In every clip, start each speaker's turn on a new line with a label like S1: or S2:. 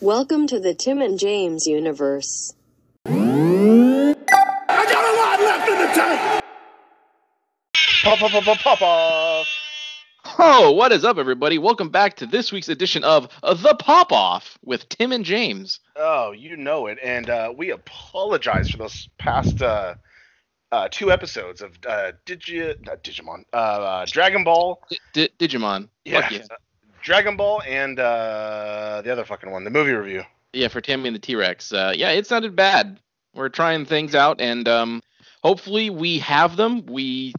S1: Welcome to the Tim and James universe.
S2: I got a lot left in the tank.
S3: Pop, pop, pop, pop, pop off.
S4: Oh, what is up, everybody? Welcome back to this week's edition of uh, The Pop Off with Tim and James.
S3: Oh, you know it. And uh, we apologize for those past uh, uh, two episodes of uh, Digi- not Digimon, uh, uh, Dragon Ball.
S4: D- Digimon. Fuck yeah.
S3: uh, Dragon Ball and uh, the other fucking one, the movie review.
S4: Yeah, for Tammy and the T Rex. Uh, yeah, it sounded bad. We're trying things out, and um, hopefully, we have them. We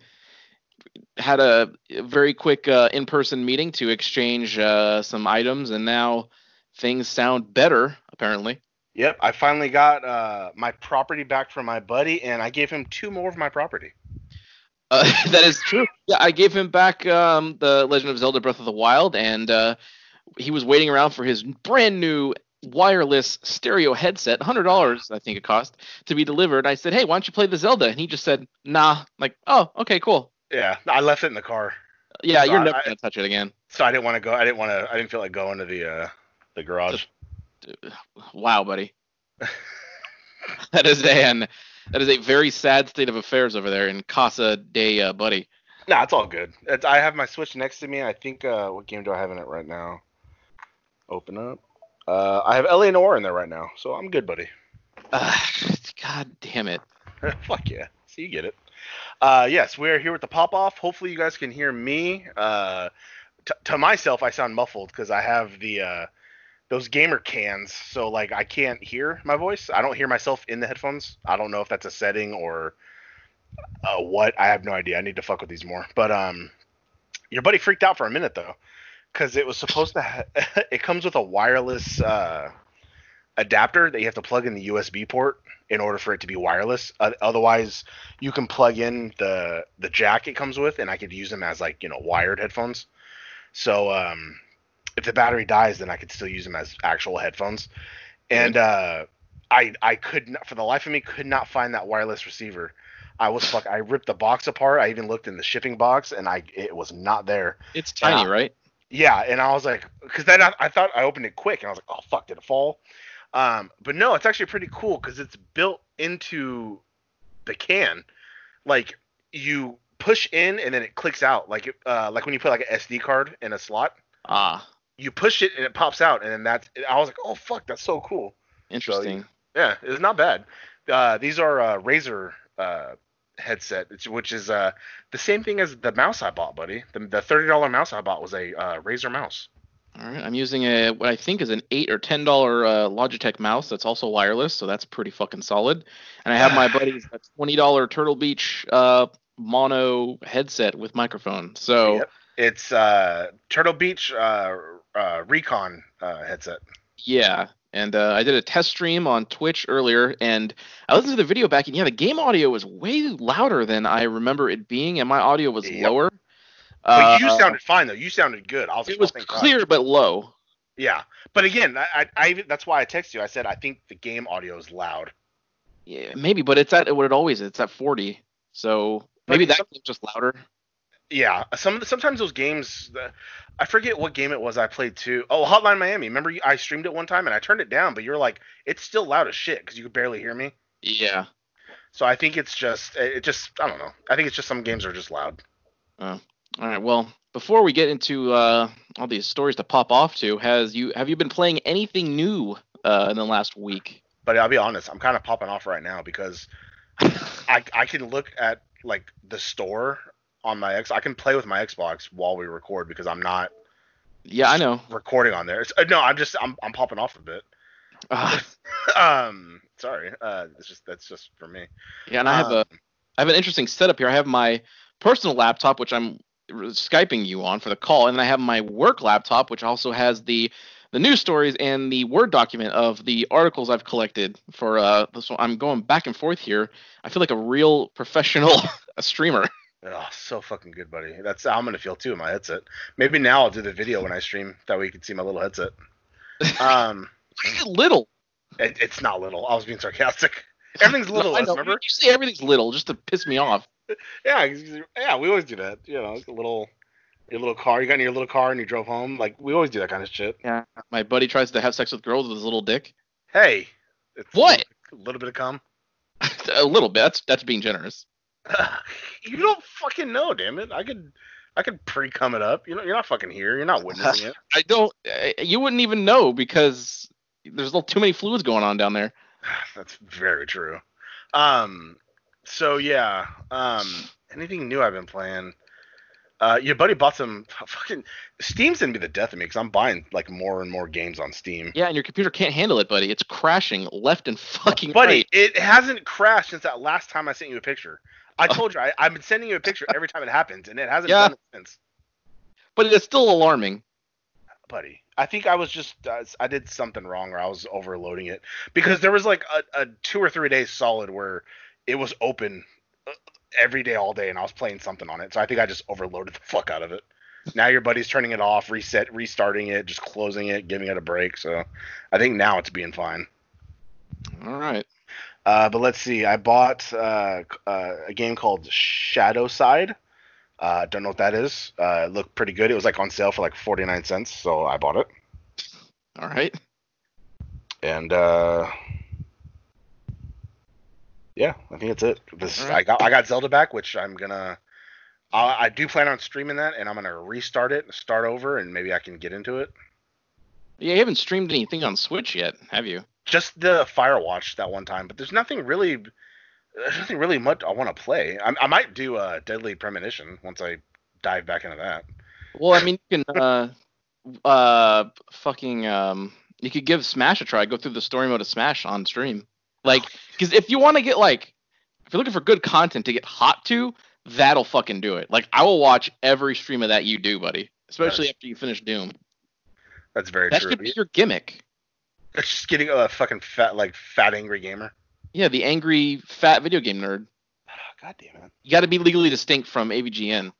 S4: had a very quick uh, in person meeting to exchange uh, some items, and now things sound better, apparently.
S3: Yep, I finally got uh, my property back from my buddy, and I gave him two more of my property.
S4: Uh, that is true. Yeah, I gave him back um, the Legend of Zelda: Breath of the Wild, and uh, he was waiting around for his brand new wireless stereo headset, hundred dollars I think it cost, to be delivered. I said, "Hey, why don't you play the Zelda?" And he just said, "Nah." I'm like, "Oh, okay, cool.
S3: Yeah, I left it in the car,
S4: Yeah, you're
S3: Uh,
S4: never
S3: I-
S4: gonna touch it again."
S3: so I didn't want to go. I didn't want to. I didn't feel like going to the uh, the garage.
S4: Wow, buddy. that is an that is a very sad state of affairs over there in Casa de uh, Buddy.
S3: Nah, it's all good. It's, I have my Switch next to me. I think uh, what game do I have in it right now? Open up. Uh, I have Eleanor in there right now, so I'm good, buddy.
S4: Uh, God damn it.
S3: Fuck yeah. So you get it. Uh, yes, we're here with the pop off. Hopefully, you guys can hear me. Uh, t- to myself, I sound muffled because I have the uh, those gamer cans, so like I can't hear my voice. I don't hear myself in the headphones. I don't know if that's a setting or uh, what. I have no idea. I need to fuck with these more. But um, your buddy freaked out for a minute though, because it was supposed to. Ha- it comes with a wireless uh, adapter that you have to plug in the USB port in order for it to be wireless. Uh, otherwise, you can plug in the the jack it comes with, and I could use them as like you know wired headphones. So um, if the battery dies, then I could still use them as actual headphones. And uh, I I could not for the life of me could not find that wireless receiver. I was fuck. I ripped the box apart. I even looked in the shipping box, and I it was not there.
S4: It's tiny,
S3: Yeah.
S4: right?
S3: Yeah, and I was like, because then I, I thought I opened it quick, and I was like, oh fuck, did it fall? Um, but no, it's actually pretty cool because it's built into the can. Like you push in, and then it clicks out. Like it, uh, like when you put like an SD card in a slot,
S4: Ah,
S3: you push it and it pops out, and then that's. I was like, oh fuck, that's so cool.
S4: interesting.
S3: Yeah, it's not bad. Uh, these are uh, Razer uh, headset, it's- which is uh, the same thing as the mouse I bought, buddy. The, the thirty dollar mouse I bought was a uh, Razer mouse.
S4: All right, I'm using a what I think is an eight or ten dollar uh, Logitech mouse that's also wireless, so that's pretty fucking solid. And I have my buddy's uh, twenty dollar Turtle Beach uh, mono headset with microphone. So
S3: Yep. It's uh, Turtle Beach uh, uh, Recon uh, headset.
S4: yeah, and uh, I did a test stream on Twitch earlier, and I listened to the video back, and yeah, the game audio was way louder than I remember it being, and my audio was
S3: Yep.
S4: lower.
S3: But you
S4: Uh,
S3: sounded fine though. You sounded good. I was
S4: it
S3: like,
S4: was
S3: oh, thank God.
S4: clear but low.
S3: Yeah, but again, I, I, I even- that's why I texted you. I said I think the game audio is loud.
S4: Yeah, maybe, but it's at what it always is. It's at forty, so
S3: But
S4: maybe that
S3: some-
S4: game's just louder.
S3: Yeah, some of the, sometimes those games, the, I forget what game it was I played too. Oh, Hotline Miami. Remember you- I streamed it one time and I turned it down, but you're like, it's still loud as shit because you could barely hear me.
S4: Yeah.
S3: So I think it's just, it just, I don't know. I think it's just some games are just loud.
S4: All right. Well, before we get into uh, all these stories to pop off to, has you have you been playing anything new uh, in the last week?
S3: But I'll be honest, I'm kind of popping off right now because I, I can look at like the store on my X. I can play with my Xbox while we record because I'm not
S4: yeah, I know.
S3: recording on there. It's, uh, no, I'm just I'm, I'm popping off a bit.
S4: Uh,
S3: um, sorry. Uh, it's just that's just for me.
S4: yeah, and I have a I have an interesting setup here. I have my personal laptop, which I'm r- skyping you on for the call, and then I have my work laptop, which also has the the news stories and the word document of the articles I've collected for. Uh, so I'm going back and forth here. I feel like a real professional streamer.
S3: Oh, so fucking good, buddy. That's how I'm gonna feel too in my headset. Maybe now I'll do the video when I stream. That way you can see my little headset. Um,
S4: Little.
S3: it, it's not little. I was being sarcastic. Everything's little.
S4: I
S3: less,
S4: know.
S3: remember?
S4: You say everything's little just to piss me off.
S3: Yeah, 'cause- yeah. We always do that. You know, it's a little Your little car. You got in your little car and you drove home. Like we always do that kind of shit.
S4: Yeah. My buddy tries to have sex with girls with his little dick.
S3: Hey. It's
S4: What?
S3: A little bit of cum.
S4: a little bit. That's that's being generous.
S3: you don't fucking know, damn it. I could I could pre cum it up. You know, you're not fucking here. You're not witnessing it.
S4: I don't. I- You wouldn't even know because there's a little too many fluids going on down there.
S3: That's very true. Um, so yeah. Um, anything new I've been playing? Uh, your buddy bought some fucking Steam's gonna be the death of me because I'm buying like more and more games on Steam.
S4: Yeah, and your computer can't handle it, buddy. It's crashing left and fucking
S3: Buddy,
S4: right.
S3: it hasn't crashed since that last time I sent you a picture. I told you I, I've been sending you a picture every time it happens, and it hasn't
S4: Oh. Yeah.
S3: done it since.
S4: But it's still alarming.
S3: buddy. I think I was just uh, I did something wrong or I was overloading it because there was like a, a two or three days solid where it was open uh, every day all day and I was playing something on it. So I think I just overloaded the fuck out of it. Now your buddy's turning it off, reset, restarting it, just closing it, giving it a break. So I think now it's being fine.
S4: All right.
S3: Uh, but let's see. I bought uh, c- uh, a game called Shadow Side. Uh, don't know what that is. Uh, it looked pretty good. It was like on sale for like 49 cents, so I bought it.
S4: All right.
S3: and uh yeah i think that's it this
S4: All
S3: i
S4: right.
S3: got i got zelda back which i'm gonna I, I do plan on streaming that and i'm gonna restart it start over and maybe i can get into it
S4: Yeah, you haven't streamed anything on Switch yet, have you?
S3: just the firewatch that one time but there's nothing really there's nothing really much i want to play I, I might do uh deadly premonition once i dive back into that
S4: Well, I mean, you can uh, uh, fucking um, you could give Smash a try. Go through the story mode of Smash on stream, like, because if you want to get like, if you're looking for good content to get hot to, that'll fucking do it. Like, I will watch every stream of that you do, buddy. Especially after you finish Doom.
S3: that's very
S4: That
S3: true
S4: should be your gimmick.
S3: it's just getting a fucking fat like fat angry gamer
S4: Yeah, the angry fat video game nerd.
S3: god damn it
S4: You got to be legally distinct from AVGN.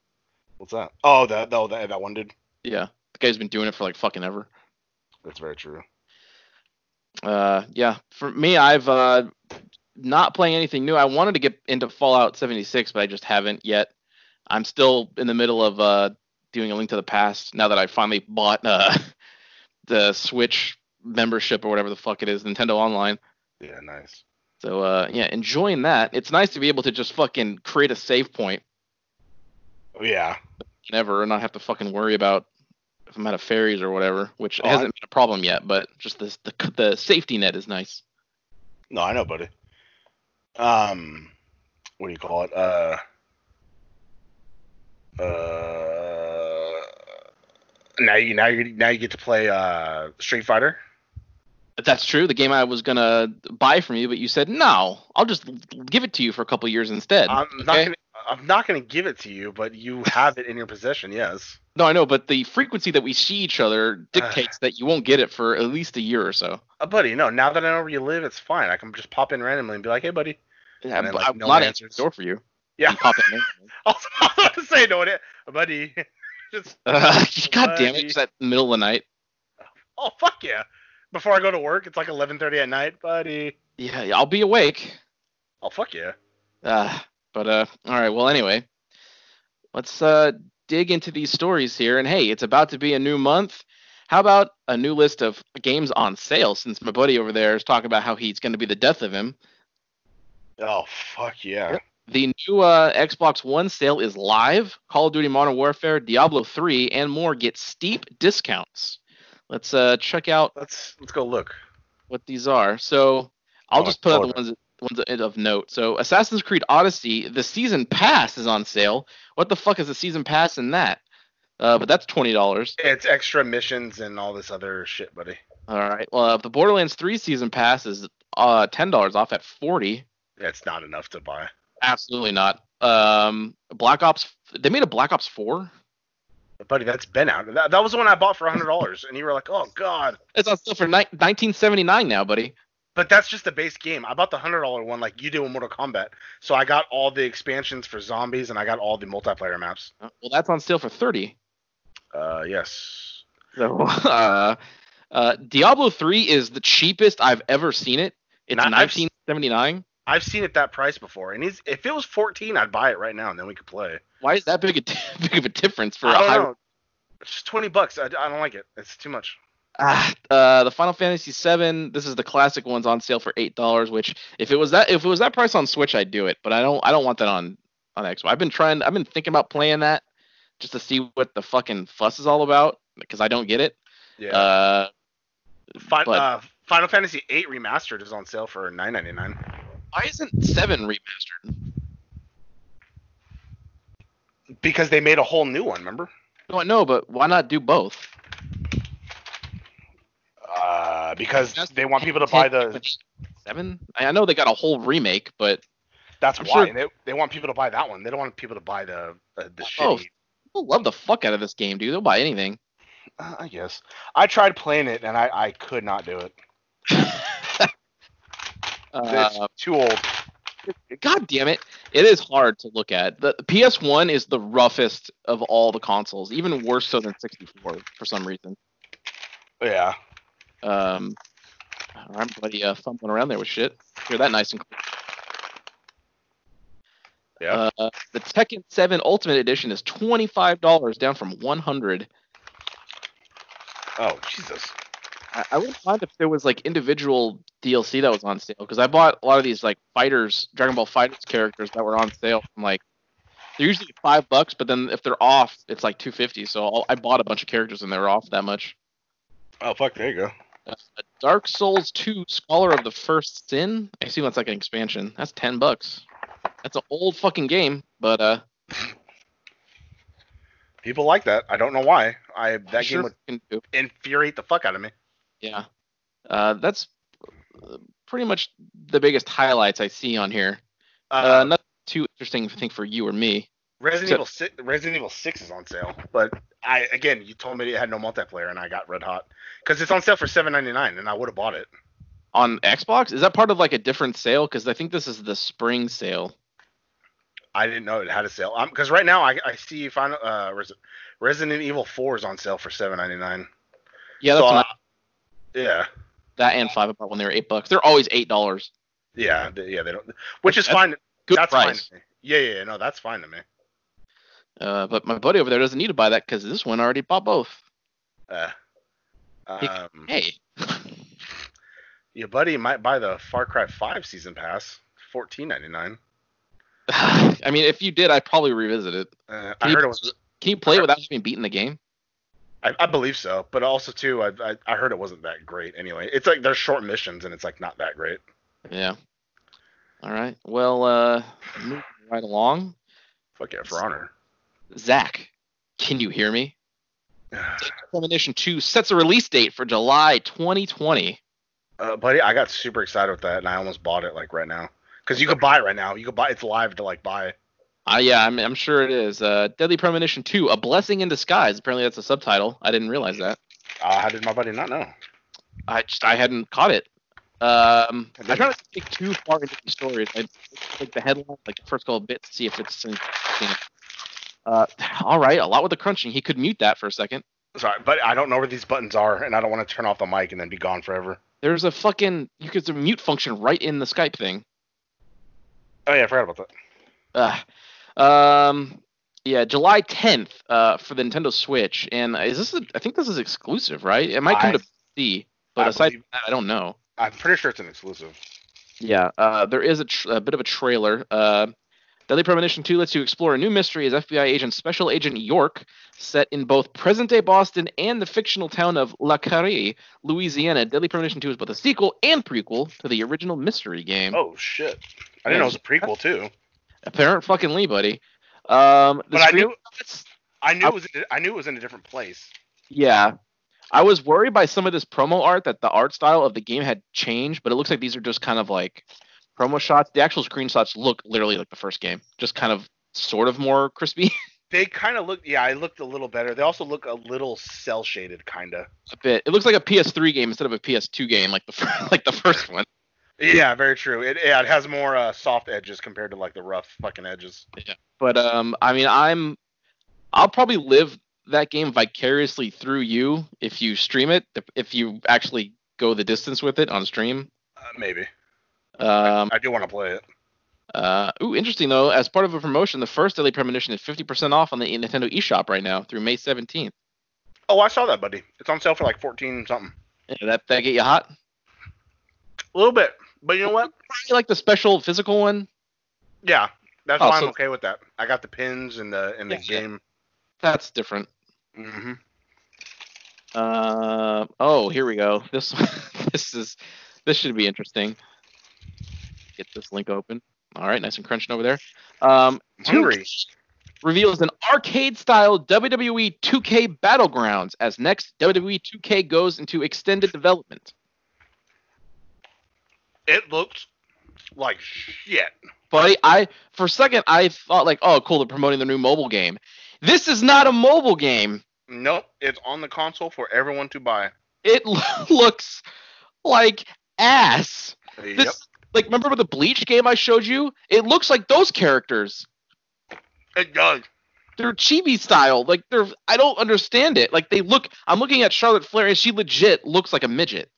S3: what's that oh that oh, that, that one dude
S4: Yeah, the guy's been doing it for like fucking ever.
S3: that's very true
S4: uh yeah for me i've uh not playing anything new i wanted to get into fallout 76 but i just haven't yet i'm still in the middle of uh doing a link to the past now that i finally bought uh the switch membership or whatever the fuck it is nintendo online
S3: yeah nice
S4: so uh yeah enjoying that it's nice to be able to just fucking create a save point
S3: yeah
S4: whenever and not have to fucking worry about if i'm out of ferries or whatever which
S3: Oh, I-
S4: hasn't been a problem yet but just this the, the safety net is nice
S3: No, I know, buddy. Um, what do you call it? Uh, uh, now you now you now you get to play uh Street Fighter.
S4: That's true. The game I was gonna buy from you, but you said no. I'll just give it to you for a couple years instead.
S3: I'm not
S4: Okay.
S3: gonna I'm not gonna give it to you, but you have it in your possession. Yes.
S4: no, I know, but the frequency that we see each other dictates that you won't get it for at least a year or so.
S3: Uh, buddy, no. Now that I know where you live, it's fine. I can just pop in randomly and be like, "Hey, buddy."
S4: Yeah,
S3: then,
S4: but
S3: like,
S4: I'm
S3: no
S4: not
S3: answers.
S4: answering the door for you.
S3: Yeah.
S4: You pop in there.
S3: I was about to say, "No, it, "Uh, buddy." just
S4: Uh, God damn it!
S3: Buddy.
S4: It's that middle of the night.
S3: oh fuck yeah! Before I go to work, it's like 11:30 at night, buddy.
S4: Yeah, yeah, I'll be awake.
S3: Oh fuck yeah!
S4: Uh, but uh, all right. Well, anyway, let's uh dig into these stories here. And hey, it's about to be a new month. How about a new list of games on sale? Since my buddy over there is talking about how he's going to be the death of him.
S3: Oh fuck yeah!
S4: The new uh, Xbox One sale is live. Call of Duty Modern Warfare, Diablo 3, and more get steep discounts. Let's uh, check out
S3: Let's let's go look.
S4: what these are. So I'll
S3: Oh,
S4: just put out the
S3: totally.
S4: ones ones of note. So Assassin's Creed Odyssey, the season pass is on sale. What the fuck is the season pass in that? Uh, but that's twenty dollars.
S3: It's extra missions and all this other shit, buddy.
S4: All right. Well, uh, the Borderlands Three season pass is uh, ten dollars off at forty.
S3: It's not enough to buy.
S4: Absolutely not. Um, Black Ops. They made a Black Ops Four.
S3: Buddy, that's been out. That, that was the one I bought for hundred dollars, and you were like, "Oh God!"
S4: It's on sale for ni- nineteen seventy nine now, buddy.
S3: But that's just the base game. I bought the hundred dollar one like you did with Mortal Kombat. So I got all the expansions for zombies, and I got all the multiplayer maps.
S4: Uh, Well, that's on sale for thirty.
S3: Uh, yes.
S4: So uh, uh, Diablo 3 is the cheapest I've ever seen it. It's
S3: Not- I've s-
S4: 1979.
S3: I've seen it that price before, and he's, if it was 14, I'd buy it right now, and then we could play.
S4: Why is that big a t- big of a difference for a
S3: I don't
S4: high?
S3: know. It's just 20 bucks. I, I don't like it. It's too much.
S4: Ah, uh, the Final Fantasy VII. This is the classic ones on sale for eight dollars. Which, if it was that, if it was that price on Switch, I'd do it. But I don't, I don't want that on on Xbox. I've been trying, I've been thinking about playing that just to see what the fucking fuss is all about because I don't get it.
S3: Yeah.
S4: Uh,
S3: Fin-
S4: but-
S3: uh, Final Fantasy VIII Remastered is on sale for 9.99.
S4: why isn't Seven remastered?
S3: Because they made a whole new one. Remember?
S4: No, I know, but why not do both?
S3: Uh, because they want people to buy the.
S4: Seven. I I know they got a whole remake, but
S3: That's
S4: I'm
S3: why
S4: sure-
S3: they, they want people to buy that one. They don't want people to buy the uh, the
S4: Oh.
S3: shitty.
S4: people love the fuck out of this game, dude. They'll buy anything.
S3: Uh, I guess I tried playing it and I, I could not do it. It's
S4: Uh,
S3: too old.
S4: God damn it. It is hard to look at. The PS1 is the roughest of all the consoles, even worse so than 64 for some reason.
S3: Yeah.
S4: Um, I'm bloody uh, thumping around there with shit. Hear that nice and clear.
S3: Yeah.
S4: Uh, the Tekken 7 Ultimate Edition is $25, down from 100
S3: Oh Jesus.
S4: I, I wouldn't mind if there was like individual DLC that was on sale because I bought a lot of these like fighters, Dragon Ball fighters characters that were on sale. from like they're usually five bucks, but then if they're off, it's like two fifty. So I'll, I bought a bunch of characters and they were off that much.
S3: Oh fuck. There you go.
S4: Dark Souls Two: Scholar of the First Sin. I assume that's like an expansion. That's ten bucks. That's an old fucking game, but uh,
S3: People like that. I don't know why. I that
S4: sure
S3: game would
S4: can do.
S3: infuriate the fuck out of me.
S4: Yeah, uh, that's uh, pretty much the biggest highlights I see on here.
S3: Uh,
S4: Uh, nothing too interesting, I think, for you or me.
S3: Resident
S4: so-
S3: Evil six, Resident Evil Six is on sale, but I again you told me it had no multiplayer and I got red hot because it's on sale for seven ninety nine and I would have bought it.
S4: on Xbox? Is that part of like a different sale? Because I think this is the spring sale.
S3: I didn't know it had a sale. Um, because right now I, I see Final uh Res- Resident Evil Four is on sale for seven ninety nine.
S4: Yeah, that's
S3: so
S4: what
S3: I- yeah,
S4: that and five about when they were eight bucks. They're always eight dollars.
S3: yeah, they, yeah. They don't, which is
S4: That's
S3: fine.
S4: Good
S3: that's
S4: price.
S3: fine. to me. Yeah, yeah, yeah, no, that's fine to me.
S4: Uh, but my buddy over there doesn't need to buy that because this one already bought both.
S3: Uh,
S4: He-
S3: um,
S4: Hey,
S3: your buddy might buy the Far Cry Five season pass, fourteen ninety nine.
S4: I mean, if you did, I'd probably revisit it.
S3: Uh,
S4: Can
S3: I
S4: you-
S3: heard it was.
S4: Can you play it without having beaten the game?
S3: I, I believe so, but also too, I, I I heard it wasn't that great anyway. It's like they're short missions and it's like not that great.
S4: Yeah. All right. Well, uh, moving right along.
S3: Fuck yeah, for honor.
S4: Zach, can you hear me? Premonition 2 sets a release date for July 2020.
S3: Uh, buddy, I got super excited with that, and I almost bought it like right now. Cause you could buy it right now. You could buy it's live to like buy.
S4: Uh, yeah, I'm, I'm sure it is. Uh, Deadly Premonition 2, A Blessing in Disguise. Apparently, that's a subtitle. I didn't realize that.
S3: Uh, how did my buddy not know?
S4: I just I hadn't caught it. Um,
S3: I
S4: I try not to dig too far into the stories. I take the headline, like the first couple bits, see if it's interesting. Uh, all right, a lot with the crunching. He could mute that for a second.
S3: Sorry, but I don't know where these buttons are, and I don't want to turn off the mic and then be gone forever.
S4: There's a fucking you could there's a mute function right in the Skype thing.
S3: Oh yeah, I forgot about that.
S4: Ugh. Um, yeah, July 10th uh, for the Nintendo Switch, and is this? A, I think this is exclusive, right? It might
S3: I-
S4: come to PC, but
S3: I
S4: aside
S3: believe-
S4: from that, I don't know.
S3: I'm pretty sure it's an exclusive.
S4: Yeah, uh, there is a, tr- a bit of a trailer. Uh, Deadly Premonition 2 lets you explore a new mystery as FBI agent Special Agent York, set in both present day Boston and the fictional town of La Carrie, Louisiana. Deadly Premonition 2 is both a sequel and prequel to the original mystery game.
S3: Oh shit! I didn't know it was a prequel too.
S4: Apparent fucking Lee, buddy. Um, the
S3: But I
S4: screen-
S3: knew I knew it was I knew it was in a different place.
S4: Yeah. I was worried by some of this promo art that the art style of the game had changed, but it looks like these are just kind of like promo shots. The actual screenshots look literally like the first game, just kind of sort of more crispy
S3: They kind of look. Yeah, I looked a little better. They also look a little cell shaded, kind of.
S4: a bit. It looks like a PS3 game instead of a PS2 game, like the fir- like the first one.
S3: Yeah, very true. It yeah, it has more uh, soft edges compared to like the rough fucking edges.
S4: But um, I mean, I'm I'll probably live that game vicariously through you if you stream it, if you actually go the distance with it on stream.
S3: Uh, maybe.
S4: Um,
S3: I do want to play it.
S4: uh, ooh, interesting though. As part of a promotion, the first Deadly Premonition is 50% off on the Nintendo eShop right now through May 17th.
S3: Oh, I saw that, buddy. It's on sale for like fourteen something.
S4: Yeah, that that get you hot?
S3: A little bit, but you know what?
S4: You like the special physical one?
S3: Yeah, that's
S4: Oh,
S3: why
S4: so-
S3: I'm okay with that. I got the pins and the and the
S4: Yeah, yeah.
S3: game.
S4: That's different.
S3: hmm
S4: Uh, oh, here we go. This this is this should be interesting. Get this link open. All right, nice and crunching over there. Um,
S3: Hungry.
S4: reveals an arcade-style WWE 2K Battlegrounds as next WWE 2K goes into extended development.
S3: It looks like shit.
S4: Buddy, I for a second I thought like, oh, cool, they're promoting the new mobile game. This is not a mobile game.
S3: Nope, it's on the console for everyone to buy.
S4: It looks like ass.
S3: Yep.
S4: This, Like, remember the Bleach game I showed you? It looks like those characters.
S3: It does.
S4: They're chibi style. Like, they're. I don't understand it. Like, they look. I'm looking at Charlotte Flair, and she legit looks like a midget.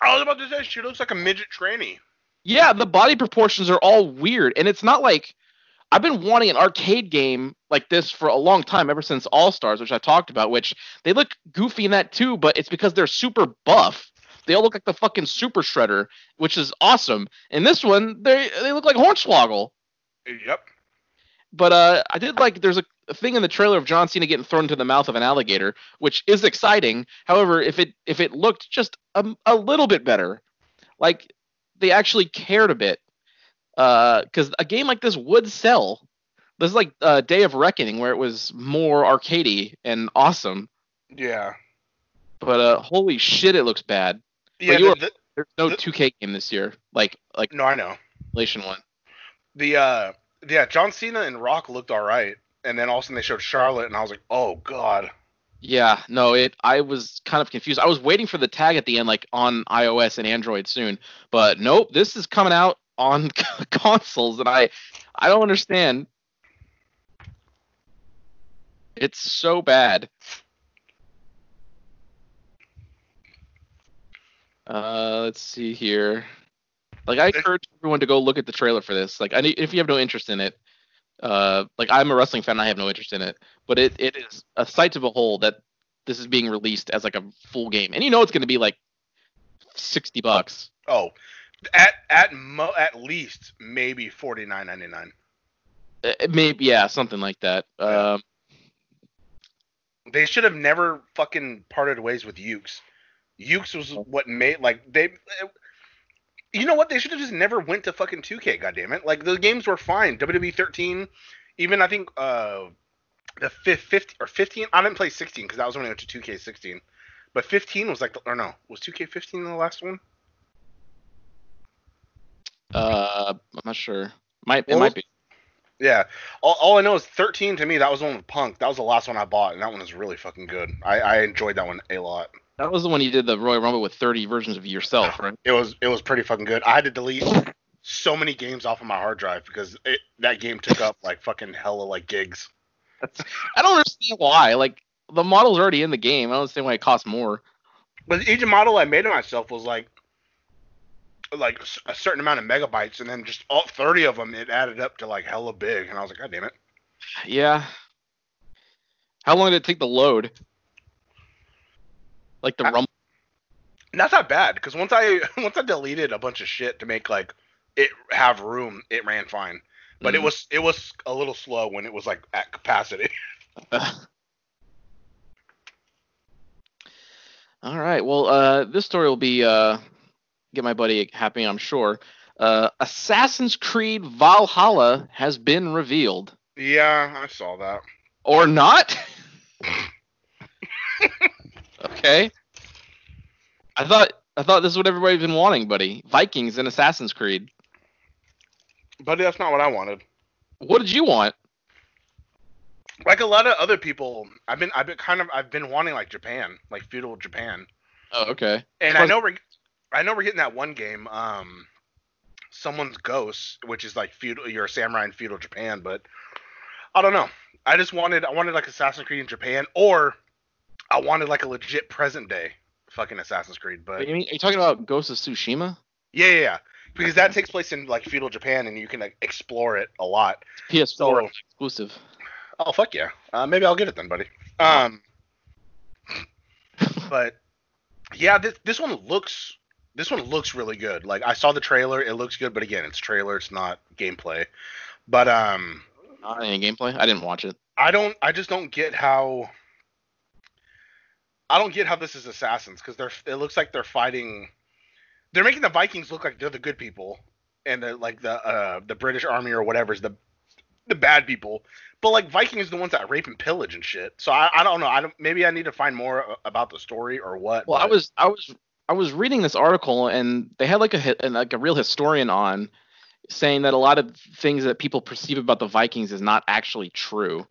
S3: I was about to say she looks like a midget trainee.
S4: Yeah, the body proportions are all weird, and it's not like. I've been wanting an arcade game like this for a long time, ever since All Stars, which I talked about. Which they look goofy in that too, but it's because they're super buff. They all look like the fucking Super Shredder, which is awesome. And this one, they they look like Hornswoggle.
S3: Yep.
S4: But uh, I did like there's a a thing in the trailer of John Cena getting thrown into the mouth of an alligator, which is exciting. However, if it if it looked just a, a little bit better, like they actually cared a bit, because a game like this would sell. This is like uh, Day of Reckoning, where it was more arcadey and awesome.
S3: Yeah.
S4: But uh, holy shit, it looks bad.
S3: Yeah.
S4: you
S3: the-
S4: were-
S3: the-
S4: There's no
S3: Th-
S4: 2K game this year, like like
S3: no, I know.
S4: Relation one.
S3: The uh, yeah, John Cena and Rock looked all right, and then all of a sudden they showed Charlotte, and I was like, oh god.
S4: Yeah, no, it. I was kind of confused. I was waiting for the tag at the end, like on iOS and Android soon, but nope, this is coming out on consoles, and I, I don't understand. It's so bad. Uh, let's see here. Like I encourage everyone to go look at the trailer for this. Like, I need, if you have no interest in it, uh, like I'm a wrestling fan, I have no interest in it but it, it is a sight to behold that this is being released as like a full game and you know it's going to be like 60 bucks
S3: Oh, at at mo at least maybe forty nine ninety nine.
S4: Uh, maybe yeah something like that um,
S3: They should have never fucking parted ways with Ukes. Ukes was what made like they. You know what? They should have just never went to fucking 2K. Goddamn it! Like the games were fine. WWE 13, even I think uh, the fifth, 15 or 15. I didn't play 16 because that was when I went to 2K 16. But 15 was like the or no was 2K 15 the last one?
S4: uh, i'm not sure might it
S3: Well,
S4: might be
S3: Yeah. All, all I know is 13 to me that was the one with Punk. That was the last one I bought, and that one was really fucking good. I, I enjoyed that one a lot.
S4: that was the one you did the royal rumble with 30 versions of yourself right
S3: It was it was pretty fucking good. I had to delete so many games off of my hard drive because it, that game took up like fucking hella like gigs.
S4: i don't understand why like the model's already in the game i don't understand why it costs more
S3: But each model I made of myself was like like s- a certain amount of megabytes, and then just all 30 of them it added up to like hella big, and I was like, God damn it.
S4: yeah how long did it take the load like the
S3: I-
S4: rumble
S3: And that's not bad because once I once I deleted a bunch of shit to make like it have room, it ran fine. But it was it was a little slow when it was like at capacity.
S4: All right. Well, uh, this story will be uh, get my buddy happy, I'm sure. Uh, Assassin's Creed Valhalla has been revealed,
S3: yeah, I saw that.
S4: or not? okay. I thought I thought this is what everybody's been wanting, buddy. Vikings and Assassin's Creed.
S3: But that's not what I wanted.
S4: What did you want?
S3: Like a lot of other people, I've been I've been kind of I've been wanting like Japan, like feudal Japan.
S4: Oh, okay.
S3: And I
S4: Plus-
S3: know we're I know we're getting that one game, um someone's ghost, which is like feudal you're a samurai in feudal Japan, but I don't know. I just wanted I wanted like Assassin's Creed in Japan or I wanted like a legit present day fucking Assassin's Creed, but
S4: Wait, you mean, are you talking about Ghost of Tsushima?
S3: yeah, yeah, yeah. because that takes place in like feudal Japan, and you can like, explore it a lot.
S4: PS4
S3: So-
S4: exclusive.
S3: Oh fuck yeah! Uh, maybe I'll get it then, buddy. Um, but yeah, this this one looks this one looks really good. Like I saw the trailer, it looks good, but again, it's trailer, it's not gameplay. But um,
S4: Not any gameplay. I didn't watch it.
S3: I don't. I just don't get how. I don't get how this is assassins because they're. It looks like they're fighting. They're making the Vikings look like they're the good people, and they're like the uh, the British army or whatever is the the bad people. But like Vikings is the ones that rape and pillage and shit. So I, I don't know. I don't. Maybe I need to find more a- about the story or what.
S4: Well, I
S3: but-
S4: was I was I was reading this article and they had like a hi- and like a real historian on saying that a lot of things that people perceive about the Vikings is not actually true.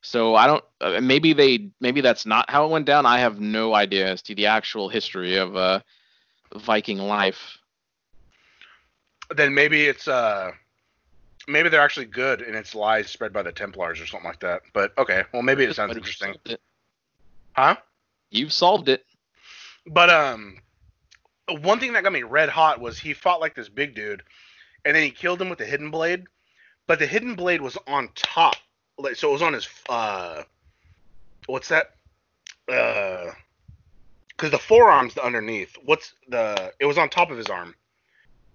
S4: So I don't uh, maybe they maybe that's not how it went down. I have no idea as to the actual history of uh Viking life.
S3: Then maybe it's uh. Maybe they're actually good, and it's lies spread by the Templars or something like that. But okay, well maybe it sounds
S4: But
S3: interesting,
S4: you've solved it.
S3: huh?
S4: You've solved it.
S3: But um, one thing that got me red hot was he fought like this big dude, and then he killed him with the hidden blade. But the hidden blade was on top, like so it was on his uh, what's that? Uh, because the forearm's the underneath. What's the? It was on top of his arm,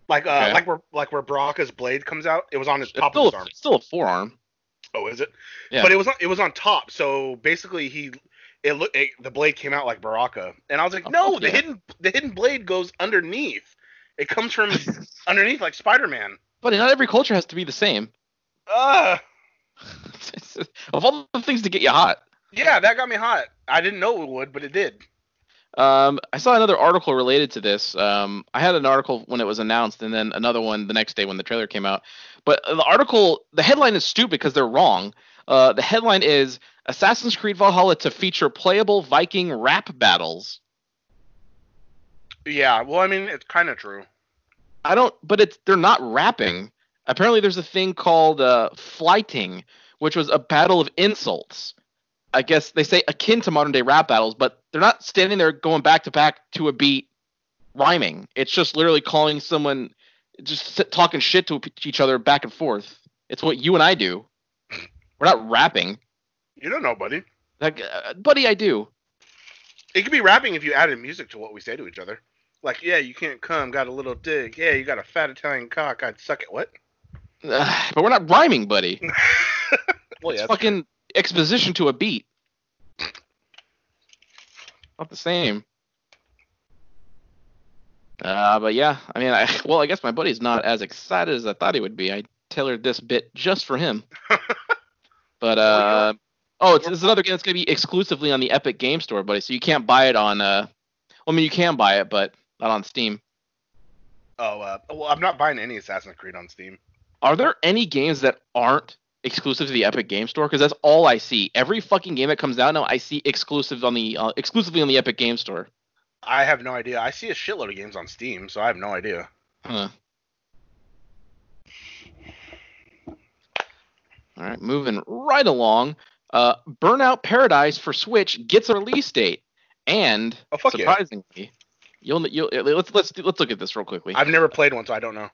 S3: like uh,
S4: Okay.
S3: like where like where Baraka's blade comes out. It was on his
S4: It's
S3: top of
S4: still,
S3: his arm.
S4: it's still a forearm.
S3: Oh, is it?
S4: Yeah.
S3: But it was on, it was on top. So basically, he it, loo- it the blade came out like Baraka, and I was like,
S4: Oh,
S3: no,
S4: fuck
S3: the
S4: yeah.
S3: hidden the hidden blade goes underneath. It comes from underneath like Spider Man.
S4: But not every culture has to be the same. Ah.
S3: Uh,
S4: of all the things to get you hot.
S3: yeah, that got me hot. I didn't know it would, but it did.
S4: Um, I saw another article related to this. Um, I had an article when it was announced, and then another one the next day when the trailer came out. But the article, the headline is stupid because they're wrong. Uh, the headline is Assassin's Creed Valhalla to feature playable Viking rap battles.
S3: Yeah, well, I mean, it's kind of true.
S4: I don't, but it's they're not rapping. Apparently, there's a thing called uh, flighting, which was a battle of insults. I guess they say akin to modern day rap battles, but they're not standing there going back to back to a beat, rhyming. It's just literally calling someone, just sit, talking shit to each other back and forth. It's what you and I do. We're not rapping,
S3: You don't know, buddy.
S4: like uh, buddy. I do.
S3: It could be rapping if you added music to what we say to each other. Like, yeah, you can't come. Got a little dig. Yeah, you got a fat Italian cock. I'd suck it. What?
S4: but we're not rhyming, buddy.
S3: Well,
S4: it's
S3: yeah,
S4: fucking exposition to a beat. Not the same. Uh, but yeah, I mean, I well, I guess my buddy's not as excited as I thought he would be. I tailored this bit just for him. but uh, oh, it's, it's another game that's gonna be exclusively on the Epic Game Store, buddy. So you can't buy it on uh, well, I mean, you can buy it, but not on Steam.
S3: Oh, uh, well, I'm not buying any Assassin's Creed on Steam.
S4: Are there any games that aren't exclusive to the Epic Game Store? Because that's all I see. Every fucking game that comes out now, I see exclusive on the uh, exclusively on the Epic Game Store.
S3: I have no idea. I see a shitload of games on Steam, so I have no idea.
S4: Huh. All right, moving right along. Uh, Burnout Paradise for Switch gets a release date, and
S3: Oh, fuck yeah.
S4: surprisingly, you'll you'll let's let's do- let's look at this real quickly.
S3: I've never played one, so I don't know.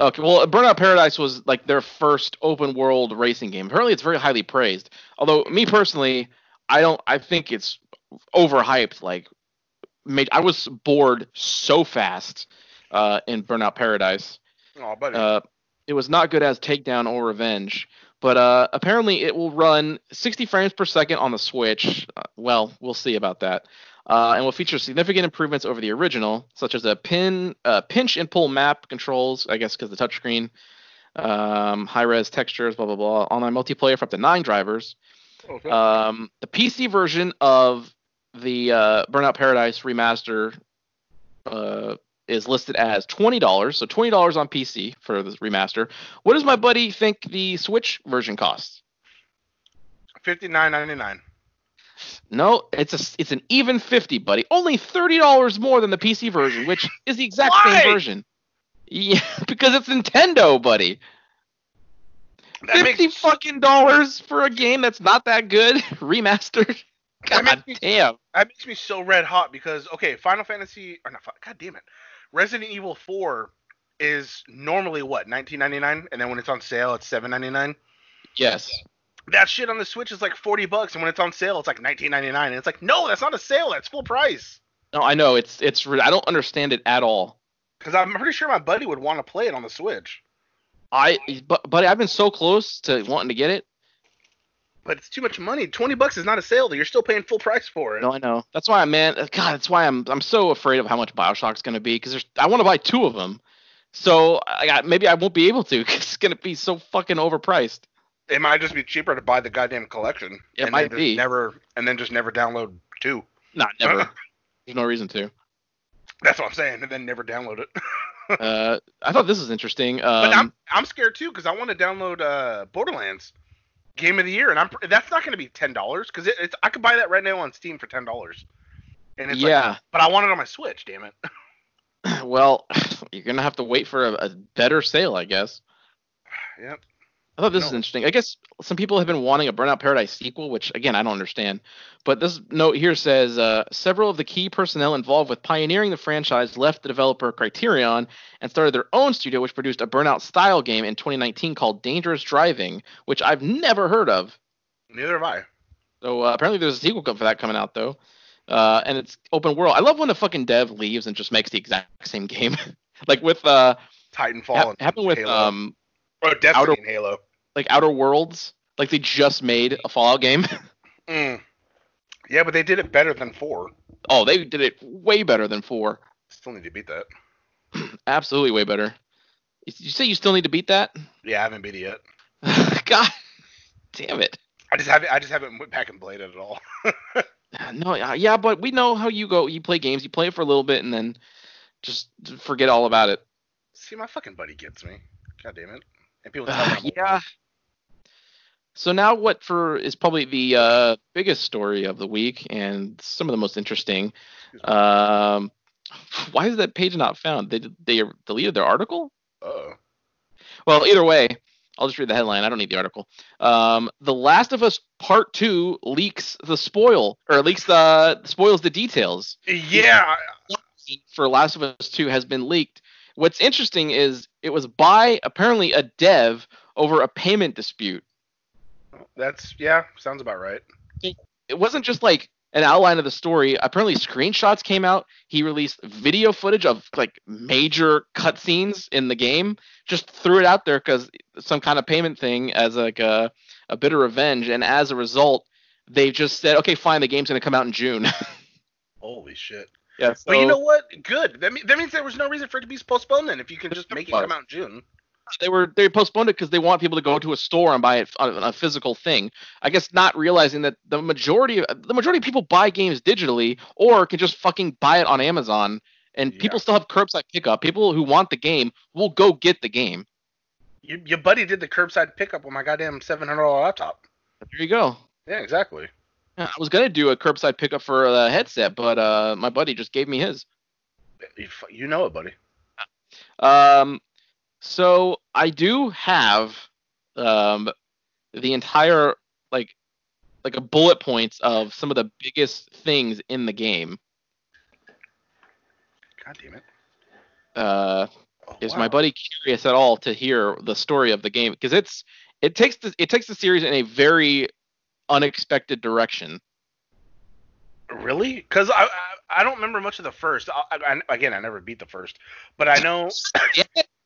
S4: Okay, well, Burnout Paradise was like their first open world racing game. Apparently, it's very highly praised. Although, me personally, I don't. I think it's overhyped. Like, made, I was bored so fast uh, in Burnout Paradise.
S3: Oh, buddy.
S4: Uh, it was not good as Takedown or Revenge, but uh, apparently it will run 60 frames per second on the Switch. Uh, well, we'll see about that. Uh, and will feature significant improvements over the original, such as a pin, uh, pinch and pull map controls, I guess because the touchscreen, um, high res textures, blah, blah, blah, online multiplayer for up to nine drivers.
S3: Oh, fuck.
S4: Um, the PC version of the uh, Burnout Paradise remaster uh, is listed as twenty dollars. So twenty dollars on PC for this remaster. What does my buddy think the Switch version costs?
S3: $59.99.
S4: No, it's a it's an even fifty, buddy. Only thirty dollars more than the PC version, which is the exact
S3: Why?
S4: same version. Yeah, because it's Nintendo, buddy.
S3: That
S4: Fifty
S3: makes,
S4: fucking dollars for a game that's not that good remastered.
S3: That makes
S4: God
S3: me-
S4: damn.
S3: that makes me so red hot because okay, Final Fantasy or not? Fi- God damn it, Resident Evil Four is normally what 19.99, and then when it's on sale, it's 7.99.
S4: Yes.
S3: That shit on the Switch is like 40 bucks, and when it's on sale, it's like 19.99, and it's like, no, that's not a sale. That's full price.
S4: No, I know it's it's. re- I don't understand it at all.
S3: Because I'm pretty sure my buddy would want to play it on the Switch,
S4: I but buddy, I've been so close to wanting to get it.
S3: but it's too much money. 20 bucks is not a sale. Though. You're still paying full price for it.
S4: No, I know. That's why, man. God, that's why I'm I'm so afraid of how much Bioshock's gonna be because there's I want to buy two of them. So I got, maybe I won't be able to 'cause it's gonna be so fucking overpriced.
S3: It might just be cheaper to buy the goddamn collection.
S4: It
S3: and
S4: might
S3: then just
S4: be.
S3: Never and then just never download two.
S4: Not never. there's no reason to.
S3: That's what I'm saying, and then never download it.
S4: Uh, I thought this was interesting. Um,
S3: but I'm I'm scared too because I want to download uh, Borderlands Game of the Year, and I'm pr- that's not going to be ten dollars because it, it's I could buy that right now on Steam for ten dollars. And it's like,
S4: yeah.
S3: but I want it on my Switch, damn it.
S4: well, you're gonna have to wait for a, a better sale, I guess.
S3: Yep.
S4: I thought this is
S3: No.
S4: interesting. I guess some people have been wanting a Burnout Paradise sequel, which again I don't understand. But this note here says uh, several of the key personnel involved with pioneering the franchise left the developer Criterion and started their own studio, which produced a Burnout style game in 2019 called Dangerous Driving, which I've never heard of.
S3: Neither have I.
S4: So uh, apparently there's a sequel co- for that coming out though, uh, and it's open world. I love when the fucking dev leaves and just makes the exact same game, like with uh,
S3: Titanfall
S4: hap-
S3: and
S4: happened with
S3: Halo.
S4: um,
S3: oh, Destiny
S4: Outer-
S3: and Halo.
S4: like Outer Worlds. Like they just made a Fallout game.
S3: Mm. Yeah, but they did it better than four.
S4: Oh, they did it way better than four.
S3: Still need to beat that.
S4: Absolutely way better. You say you still need to beat that?
S3: Yeah, I haven't beat it yet.
S4: God damn it.
S3: I just haven't I just haven't went back and played it at all.
S4: No, uh, yeah, but we know how you go. You play games, you play it for a little bit, and then just forget all about it.
S3: See, my fucking buddy gets me. God damn it. And people tell me
S4: Uh,
S3: I'm
S4: yeah. So now, what for is probably the uh, biggest story of the week and some of the most interesting. Um, why is that page not found? They they deleted their article.
S3: Oh.
S4: Well, either way, I'll just read the headline. I don't need the article. Um, the Last of Us Part Two leaks the spoil, or leaks the spoils the details
S3: Yeah.
S4: for Last of Us Two has been leaked. What's interesting is it was by apparently a dev over a payment dispute.
S3: That's yeah, sounds about right.
S4: It wasn't just like an outline of the story. Apparently, screenshots came out. He released video footage of like major cutscenes in the game. Just threw it out there because some kind of payment thing as like a, a bitter revenge. And as a result, they just said, okay, fine, the game's gonna come out in June.
S3: Holy shit.
S4: yeah.
S3: but you
S4: so
S3: know what? Good. That, mean, that means there was no reason for it to be postponed then if you can just make it
S4: Well-
S3: come out in June.
S4: they were they postponed it because they want people to go to a store and buy it on a physical thing. I guess not realizing that the majority of the majority of people buy games digitally or can just fucking buy it on Amazon. And
S3: Yeah.
S4: people still have curbside pickup. People who want the game will go get the game.
S3: Your, your buddy did the curbside pickup on my goddamn seven hundred dollar laptop.
S4: There you go.
S3: Yeah, exactly.
S4: Yeah, I was gonna do a curbside pickup for a headset, but uh, my buddy just gave me his.
S3: You, fu- you know it, buddy.
S4: Um, so I do have um, the entire like like a bullet points of some of the biggest things in the game.
S3: God damn it.
S4: Uh,
S3: Oh,
S4: is
S3: wow.
S4: my buddy curious at all to hear the story of the game? Because it's it takes the it takes the series in a very unexpected direction.
S3: really? Because I, I I don't remember much of the first. I, I, I- again, I never beat the first, but I know.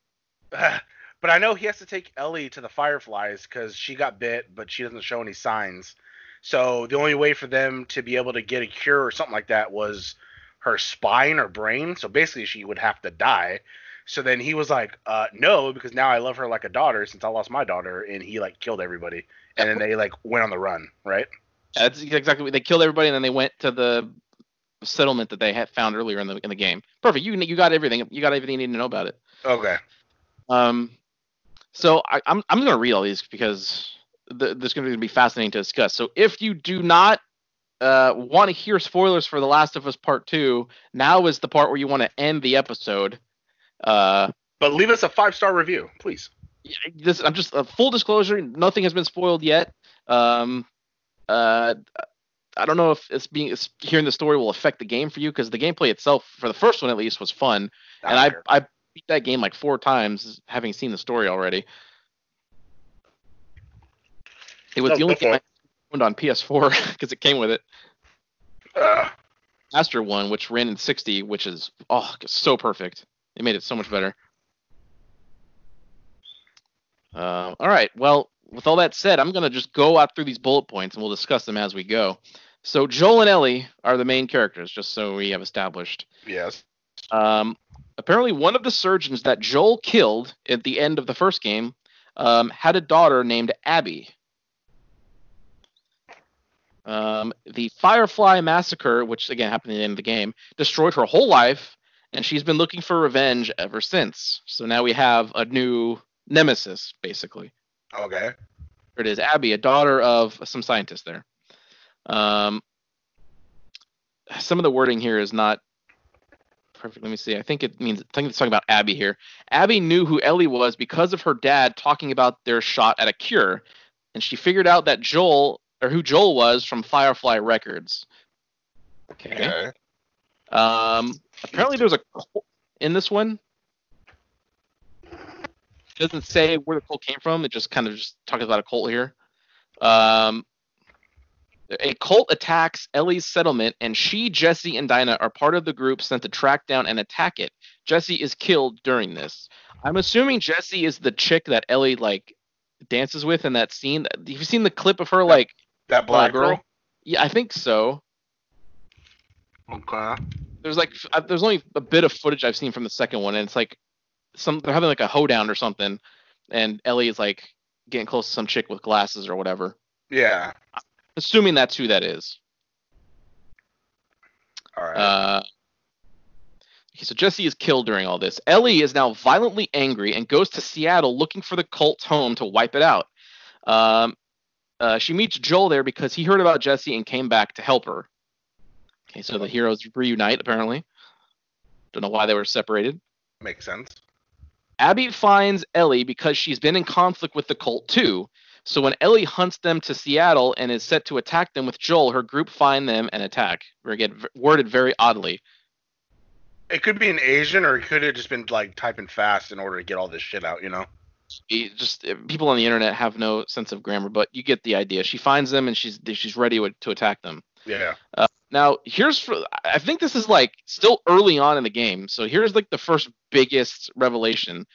S3: but I know he has to take Ellie to the Fireflies because she got bit, but she doesn't show any signs. So the only way for them to be able to get a cure or something like that was her spine or brain. So basically, she would have to die. So then he was like, uh, "No, because now I love her like a daughter since I lost my daughter." And he like killed everybody, and then they like went on the run, right?
S4: Yeah, that's exactly what they killed everybody, and then they went to the settlement that they had found earlier in the in the game. Perfect. You you got everything. You got everything you need to know about it.
S3: Okay.
S4: Um, so I, I'm I'm going to read all these because th- this is going to be fascinating to discuss. So if you do not uh, want to hear spoilers for The Last of Us Part Two, now is the part where you want to end the episode. Uh,
S3: But leave us a five star review, please.
S4: this I'm just uh, full disclosure. Nothing has been spoiled yet. Um, uh, I don't know if it's being it's, hearing the story will affect the game for you because the gameplay itself for the first one at least was fun.
S3: I
S4: and
S3: don't
S4: I,
S3: care.
S4: I beat that game like four times, having seen the story already. It was
S3: Oh,
S4: the only
S3: good
S4: game I
S3: point.
S4: owned on PS4 because it came with it.
S3: Ugh.
S4: Master one, which ran in 60, which is oh so perfect. It made it so much better. Um, all right. Well, with all that said, I'm gonna just go out through these bullet points and we'll discuss them as we go. So Joel and Ellie are the main characters, just so we have established.
S3: yes.
S4: Um, apparently, one of the surgeons that Joel killed at the end of the first game um, had a daughter named Abby. Um, the Firefly Massacre, which again happened at the end of the game, destroyed her whole life, and she's been looking for revenge ever since. So now we have a new nemesis, basically.
S3: Okay.
S4: Here it is Abby, a daughter of some scientist there. Um, some of the wording here is not perfect. Let me see. I think it means I think it's talking about Abby here. Abby knew who Ellie was because of her dad talking about their shot at a cure, and she figured out that Joel or who Joel was from Firefly Records. Okay.
S3: Okay.
S4: Um, apparently, there's a cult in this one. It doesn't say where the cult came from. It just kind of just talks about a cult here. Um, a cult attacks Ellie's settlement, and she, Jesse, and Dinah are part of the group sent to track down and attack it. Jesse is killed during this. I'm assuming Jesse is the chick that Ellie like dances with in that scene. Have you seen the clip of her like?
S3: That black
S4: girl?
S3: girl.
S4: Yeah, I think so.
S3: Okay.
S4: there's like f- uh, there's only a bit of footage I've seen from the second one, and it's like some they're having like a hoedown or something, and Ellie is like getting close to some chick with glasses or whatever.
S3: Yeah.
S4: Assuming that's who that is.
S3: All right.
S4: Uh, okay, so Jesse is killed during all this. Ellie is now violently angry and goes to Seattle looking for the cult's home to wipe it out. Um, uh, she meets Joel there because he heard about Jesse and came back to help her. Okay, so the heroes reunite apparently. Don't know why they were separated.
S3: Makes sense.
S4: Abby finds Ellie because she's been in conflict with the cult too. So when Ellie hunts them to Seattle and is set to attack them with Joel, her group find them and attack. We're again v- worded very oddly.
S3: It could be an Asian, or it could have just been like typing fast in order to get all this shit out. You know.
S4: It just eh, people on the internet have no sense of grammar, but you get the idea. She finds them and she's she's ready wi- to attack them.
S3: Yeah.
S4: Now here's for, I- I think this is like still early on in the game. So here's like the first biggest revelation.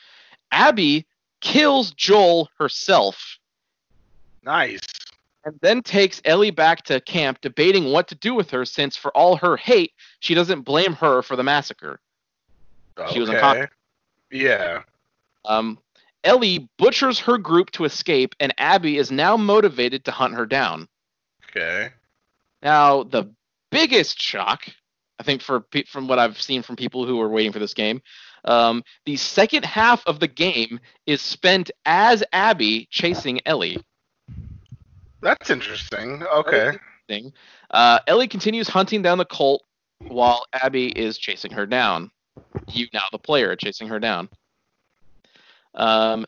S4: Abby kills Joel herself
S3: Nice.
S4: and then takes Ellie back to camp, debating what to do with her since, for all her hate, she doesn't blame her for the massacre. She was
S3: Okay.
S4: uncon-
S3: Yeah.
S4: Um, Ellie butchers her group to escape, and Abby is now motivated to hunt her down.
S3: Okay.
S4: Now, the biggest shock, I think, for pe- from what I've seen from people who are waiting for this game, um, the second half of the game is spent as Abby chasing Ellie.
S3: That's interesting. Okay.
S4: thing. Uh, Ellie continues hunting down the cult while Abby is chasing her down. You now the player are chasing her down. Um,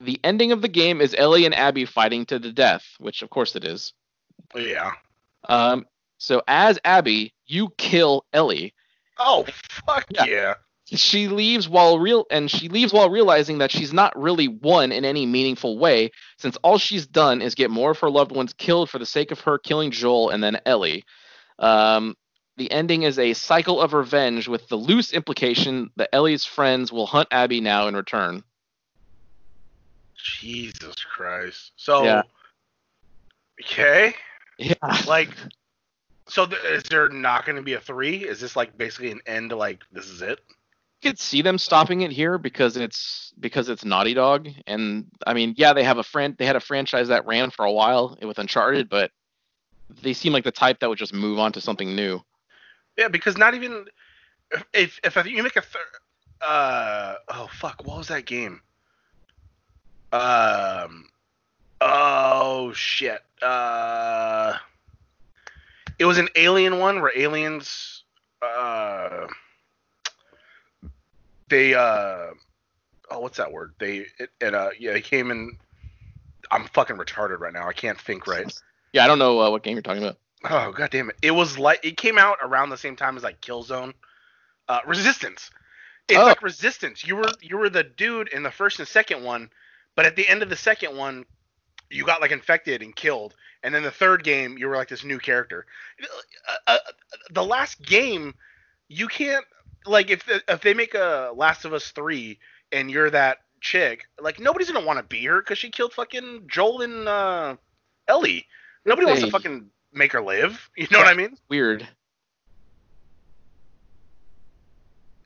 S4: the ending of the game is Ellie and Abby fighting to the death, which of course it is.
S3: Yeah.
S4: Um, so as Abby, you kill Ellie.
S3: Oh fuck
S4: Yeah.
S3: yeah.
S4: She leaves while real and she leaves while realizing that she's not really won in any meaningful way, since all she's done is get more of her loved ones killed for the sake of her killing Joel and then Ellie. Um, the ending is a cycle of revenge with the loose implication that Ellie's friends will hunt Abby now in return.
S3: Jesus Christ. So.
S4: Yeah.
S3: Okay.
S4: Yeah.
S3: Like. So th- is there not going to be a three? Is this like basically an end? to, Like this is it?
S4: could see them stopping it here because it's because it's Naughty Dog, and I mean, yeah, they have a friend. They had a franchise that ran for a while with Uncharted, but they seem like the type that would just move on to something new.
S3: Yeah, because not even if if, if I think you make a third. Uh oh fuck! What was that game? Um. Oh shit. Uh. It was an alien one where aliens. Uh. They uh. Oh, what's that word? They it, it uh yeah they came in. I'm fucking retarded right now. I can't think right.
S4: Yeah, I don't know uh, what game you're talking about.
S3: Oh god damn it! It was like it came out around the same time as like Killzone, uh, Resistance. It's
S4: Oh.
S3: like resistance. You were you were the dude in the first and second one, but at the end of the second one, you got like infected and killed. And then the third game, you were like this new character. Uh, uh, the last game, you can't like if the, if they make a Last of Us three and you're that chick, like nobody's gonna want to be her because she killed fucking Joel and uh, Ellie. Nobody wants to
S4: Hey.
S3: fucking make her live. You know what I mean?
S4: Weird.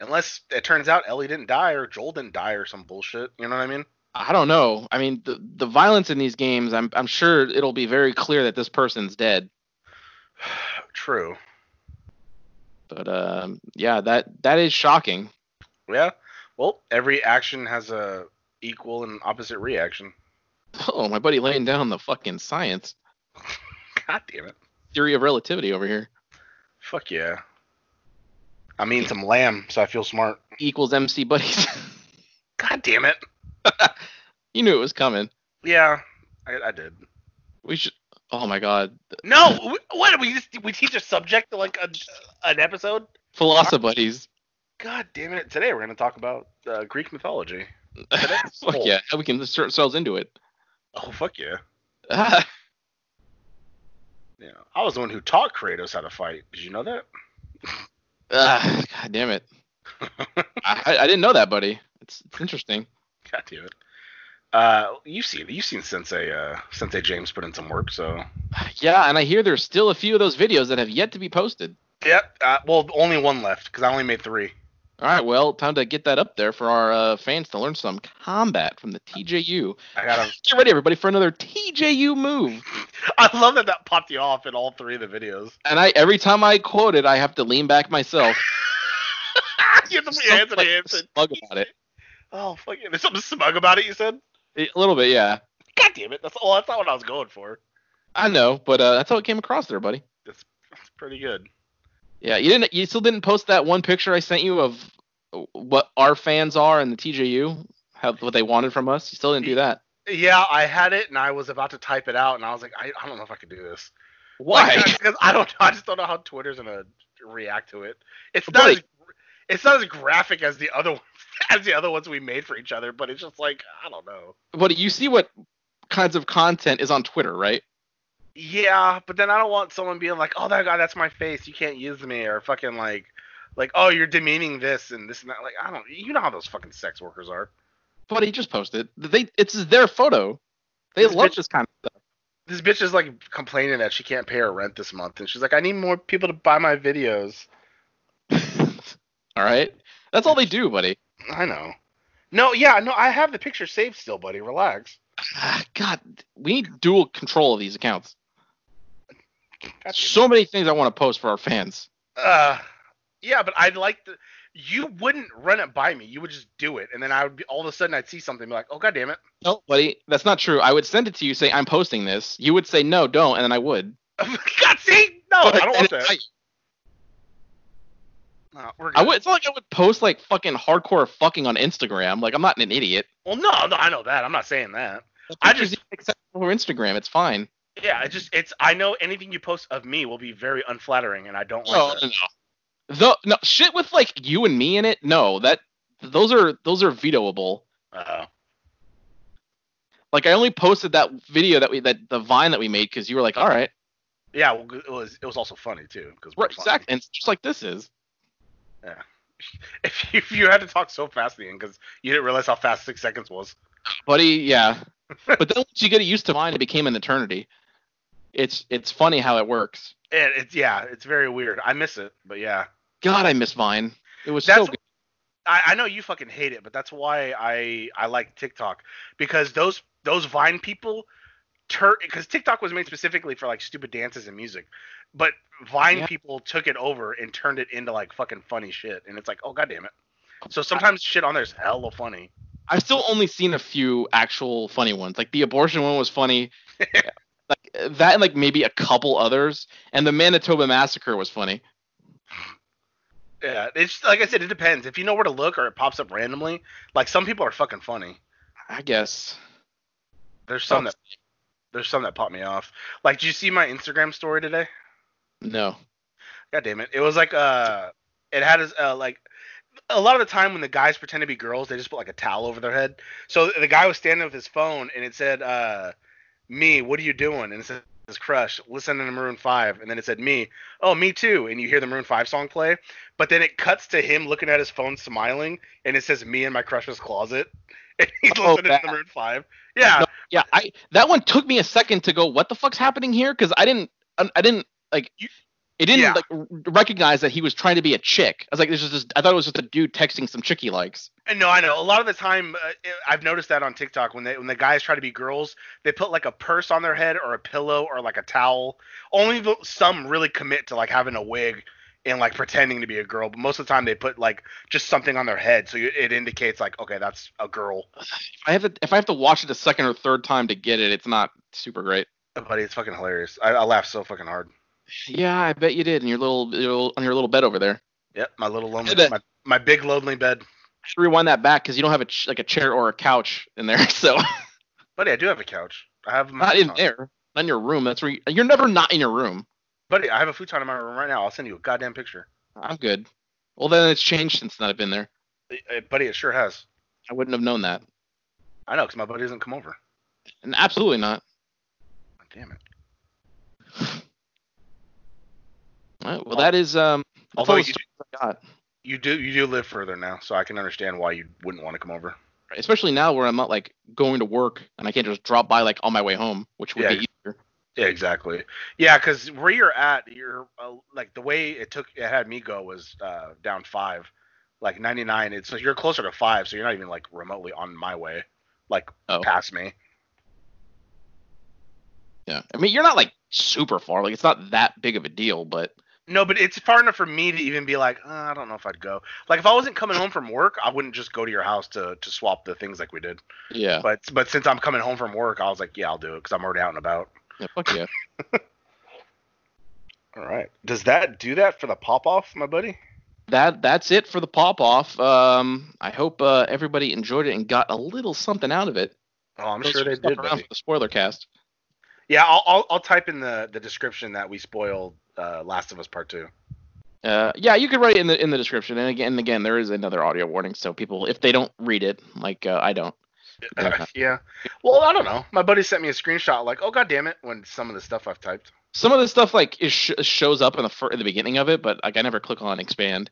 S3: Unless it turns out Ellie didn't die or Joel didn't die or some bullshit. You know what I mean?
S4: I don't know. I mean, the, the violence in these games, I'm, I'm sure it'll be very clear that this person's dead.
S3: True.
S4: But um, yeah, that that is shocking.
S3: Yeah. Well, every action has a equal and opposite reaction.
S4: Oh, my buddy laying down the fucking science
S3: God damn it.
S4: theory of relativity over here.
S3: Fuck yeah. I mean some lamb, so I feel smart.
S4: E equals MC buddies.
S3: God damn it.
S4: you knew it was coming.
S3: Yeah, I, I did.
S4: We should. Oh my God,
S3: No, w- what we just we teach a subject to like a, an episode.
S4: Philosophy buddies.
S3: God damn it! Today we're gonna talk about uh, Greek mythology. that's
S4: Fuck
S3: cool.
S4: yeah, we can insert ourselves into it.
S3: Oh fuck yeah!
S4: Ah,
S3: Yeah, I was the one who taught Kratos how to fight. Did you know that?
S4: ah, God damn it. I, I- I didn't know that, buddy. It's, it's interesting.
S3: God damn it. Uh, you've seen you've seen Sensei uh, Sensei James put in some work, so
S4: Yeah, and I hear there's still a few of those videos that have yet to be posted.
S3: yep. Uh, well, only one left because I only made three.
S4: All right, well, time to get that up there for our uh, fans to learn some combat from the TJU.
S3: I got. to
S4: Get ready, everybody, for another TJU move.
S3: I love that that popped you off in all three of the videos.
S4: And I every time I quote it, I have to lean back myself.
S3: you have to put your
S4: Something
S3: hands in
S4: like
S3: your hips
S4: smug
S3: and-
S4: about it.
S3: Oh fuck! yeah, There's something smug about it. You said.
S4: A little bit, yeah.
S3: God damn it! That's well, that's not what I was going for.
S4: I know, but uh, that's how it came across there, buddy.
S3: That's that's pretty good.
S4: Yeah, you didn't. You still didn't post that one picture I sent you of what our fans are and the TJU, how, what they wanted from us. You still didn't do that.
S3: Yeah, I had it and I was about to type it out and I was like, I, I don't know if I could do this.
S4: Why?
S3: Because I don't I just don't know how Twitter's gonna react to it. It's
S4: But
S3: not
S4: buddy-
S3: as, it's not as graphic as the other ones as the other ones we made for each other, but it's just like I don't know.
S4: What you see? What kinds of content is on Twitter, right?
S3: Yeah, but then I don't want someone being like, Oh that guy, that's my face, you can't use me or fucking like like, oh you're demeaning this and this and that. Like I don't you know how those fucking sex workers are.
S4: Buddy just posted. They it's their photo. They
S3: This
S4: love
S3: bitch-
S4: this kind of stuff.
S3: This bitch is like complaining that she can't pay her rent this month and she's like, I need more people to buy my videos.
S4: All right, that's all they do, buddy.
S3: I know. No, yeah, no, I have the picture saved still, buddy. Relax.
S4: Ah, God, we need dual control of these accounts.
S3: God
S4: So many things I want to post for our fans.
S3: damn it. uh, yeah, but I'd like to. You wouldn't run it by me. You would just do it, and then I would be all of a sudden I'd see something and be like, oh god damn it.
S4: No, buddy, that's not true. I would send it to you, say I'm posting this. You would say no, don't, and then I would.
S3: god, see, no, I don't want
S4: And
S3: that.
S4: I-
S3: No, we're good.
S4: I would. It's not like I would post like fucking hardcore fucking on Instagram. Like I'm not an idiot.
S3: Well, no, no, I know that. I'm not saying that. I just-
S4: acceptable for Instagram. It's fine.
S3: Yeah, it's just it's. I know anything you post of me will be very unflattering, and I don't like
S4: No,
S3: that.
S4: no, no. The no shit with like you and me in it. No, that those are those are vetoable.
S3: Uh,
S4: Like I only posted that video that we that the Vine that we made because you were like, all right,
S3: yeah, well, it was it was also funny too because
S4: right, exactly, and it's just like this is.
S3: If you, if you had to talk so fast at the end because you didn't realize how fast six seconds was.
S4: buddy yeah but then once you get used to mine it became an eternity it's it's funny how it works
S3: It, it's yeah, it's very weird. I miss it, but yeah,
S4: god i miss vine it was
S3: That's-
S4: so good
S3: I, I know you fucking hate it, but that's why I I like TikTok because those those Vine people, because TikTok was made specifically for like stupid dances and music, but Vine
S4: Yeah.
S3: people took it over and turned it into like fucking funny shit, and it's like oh god damn it. So sometimes shit on there's hella funny.
S4: i've still only seen a few actual funny ones like the abortion one was funny like that and like maybe a couple others and the manitoba massacre was funny
S3: Yeah, it's like I said, it depends. If you know where to look or it pops up randomly, like some people are fucking funny.
S4: i guess
S3: There's
S4: Oh.
S3: some that there's some that pop me off. Like, did you see my Instagram story today?
S4: no
S3: God damn it! It was like uh, it had his uh like a lot of the time when the guys pretend to be girls, they just put like a towel over their head. So the guy was standing with his phone, and it said, uh, "Me, what are you doing?" And it says, "His crush, listening to Maroon 5. And then it said, "Me, oh, me too." And you hear the Maroon Five song play, but then it cuts to him looking at his phone, smiling, and it says, "Me in my crush's closet." And he's
S4: Oh,
S3: listening
S4: that-
S3: to the Maroon Five. Yeah,
S4: No, yeah, I that one took me a second to go. What the fuck's happening here? Because I didn't, I, I didn't like.
S3: You-
S4: it didn't
S3: Yeah.
S4: like r- recognize that he was trying to be a chick. I was like, this is just. I thought it was just a dude texting some chick he likes.
S3: And No, I know. A lot of the time, uh, I've noticed that on TikTok when they when the guys try to be girls, they put like a purse on their head or a pillow or like a towel. Only the, some really commit to like having a wig and like pretending to be a girl, but most of the time they put like just something on their head, so you, it indicates like okay, that's a girl.
S4: If I have to, if I have to watch it a second or third time to get it, it's not super great.
S3: But it's fucking hilarious. I, I laughed so fucking hard.
S4: Yeah, I bet you did in your little, your little on your little bed over there.
S3: Yep, my little lonely,
S4: Did it.
S3: my, my big lonely bed.
S4: I should rewind that back because you don't have a ch- like a chair or a couch in there. So
S3: Buddy, I do have a couch. I have my
S4: not in
S3: futon.
S4: there, not in your room. That's where you, you're never not in your room.
S3: Buddy, I have a futon in my room right now. I'll send you a goddamn picture.
S4: I'm good. Well, then it's changed since then I've been there.
S3: Uh, uh, buddy, it sure has.
S4: I wouldn't have known that.
S3: I know, 'cause my buddy doesn't come over.
S4: And absolutely not.
S3: Damn it.
S4: All right, well, that is um. that's
S3: Although
S4: all the
S3: you-
S4: stories I got.
S3: You do you do live further now, so I can understand why you wouldn't want to come over.
S4: especially now where I'm not like going to work and I can't just drop by like on my way home, which would
S3: Yeah.
S4: be easier.
S3: Yeah, exactly. Yeah, because where you're at, you're uh, like the way it took it had me go was uh, down five, like 99. It's so you're closer to five, so you're not even like remotely on my way, like
S4: Oh.
S3: past me.
S4: Yeah, I mean you're not like super far, like it's not that big of a deal, but
S3: No, but it's far enough for me to even be like, uh, I don't know if I'd go. Like if I wasn't coming home from work, I wouldn't just go to your house to to swap the things like we did.
S4: yeah,
S3: But but since I'm coming home from work, I was like, yeah, I'll do it because I'm already out and about.
S4: yeah fuck yeah.
S3: All right. Does that do that for the pop off, my buddy?
S4: That that's it for the pop off. Um, I hope uh, everybody enjoyed it and got a little something out of it.
S3: Oh, I'm
S4: Those
S3: sure
S4: who
S3: they
S4: stuck
S3: did.
S4: around
S3: buddy.
S4: for the spoiler cast.
S3: Yeah, I'll, I'll I'll type in the the description that we spoiled uh, Last of Us Part Two.
S4: Uh, yeah, you could write it in the in the description. And again, and again, there is another audio warning, so people if they don't read it, like uh, I don't. Yeah.
S3: yeah. Well, I don't know. My buddy sent me a screenshot like, "Oh god damn it!" When some of the stuff I've typed.
S4: Some of this stuff like is sh- shows up in the fir- in the beginning of it, but like I never click on expand.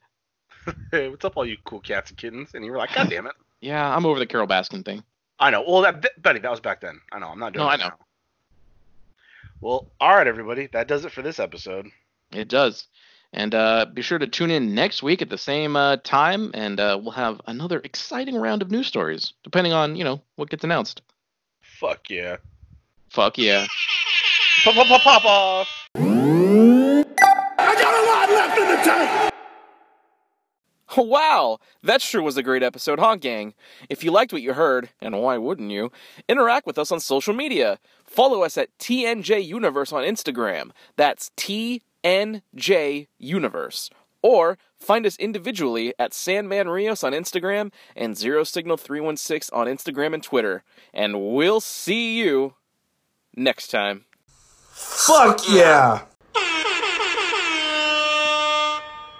S3: Hey, what's up, all you cool cats and kittens? And you were like, "God damn it!"
S4: Yeah, I'm over the Carol Baskin thing.
S3: I know. Well, that that- buddy, that was back then. I know. I'm not doing.
S4: No,
S3: that
S4: I know.
S3: Now. Well, all right, everybody. That does it for this episode.
S4: It does. And uh, be sure to tune in next week at the same uh, time, and uh, we'll have another exciting round of news stories, depending on you know what gets announced.
S3: Fuck yeah.
S4: Fuck yeah.
S3: Pop pop pop pop off.
S2: I got a lot left in the tank.
S5: Wow, that sure was a great episode, huh, gang? If you liked what you heard, and why wouldn't you, interact with us on social media. Follow us at TNJ Universe on Instagram. That's TNJ Universe. Or find us individually at Sandman Rios on Instagram and Zero Signal 316 on Instagram and Twitter. And we'll see you next time.
S6: Fuck yeah!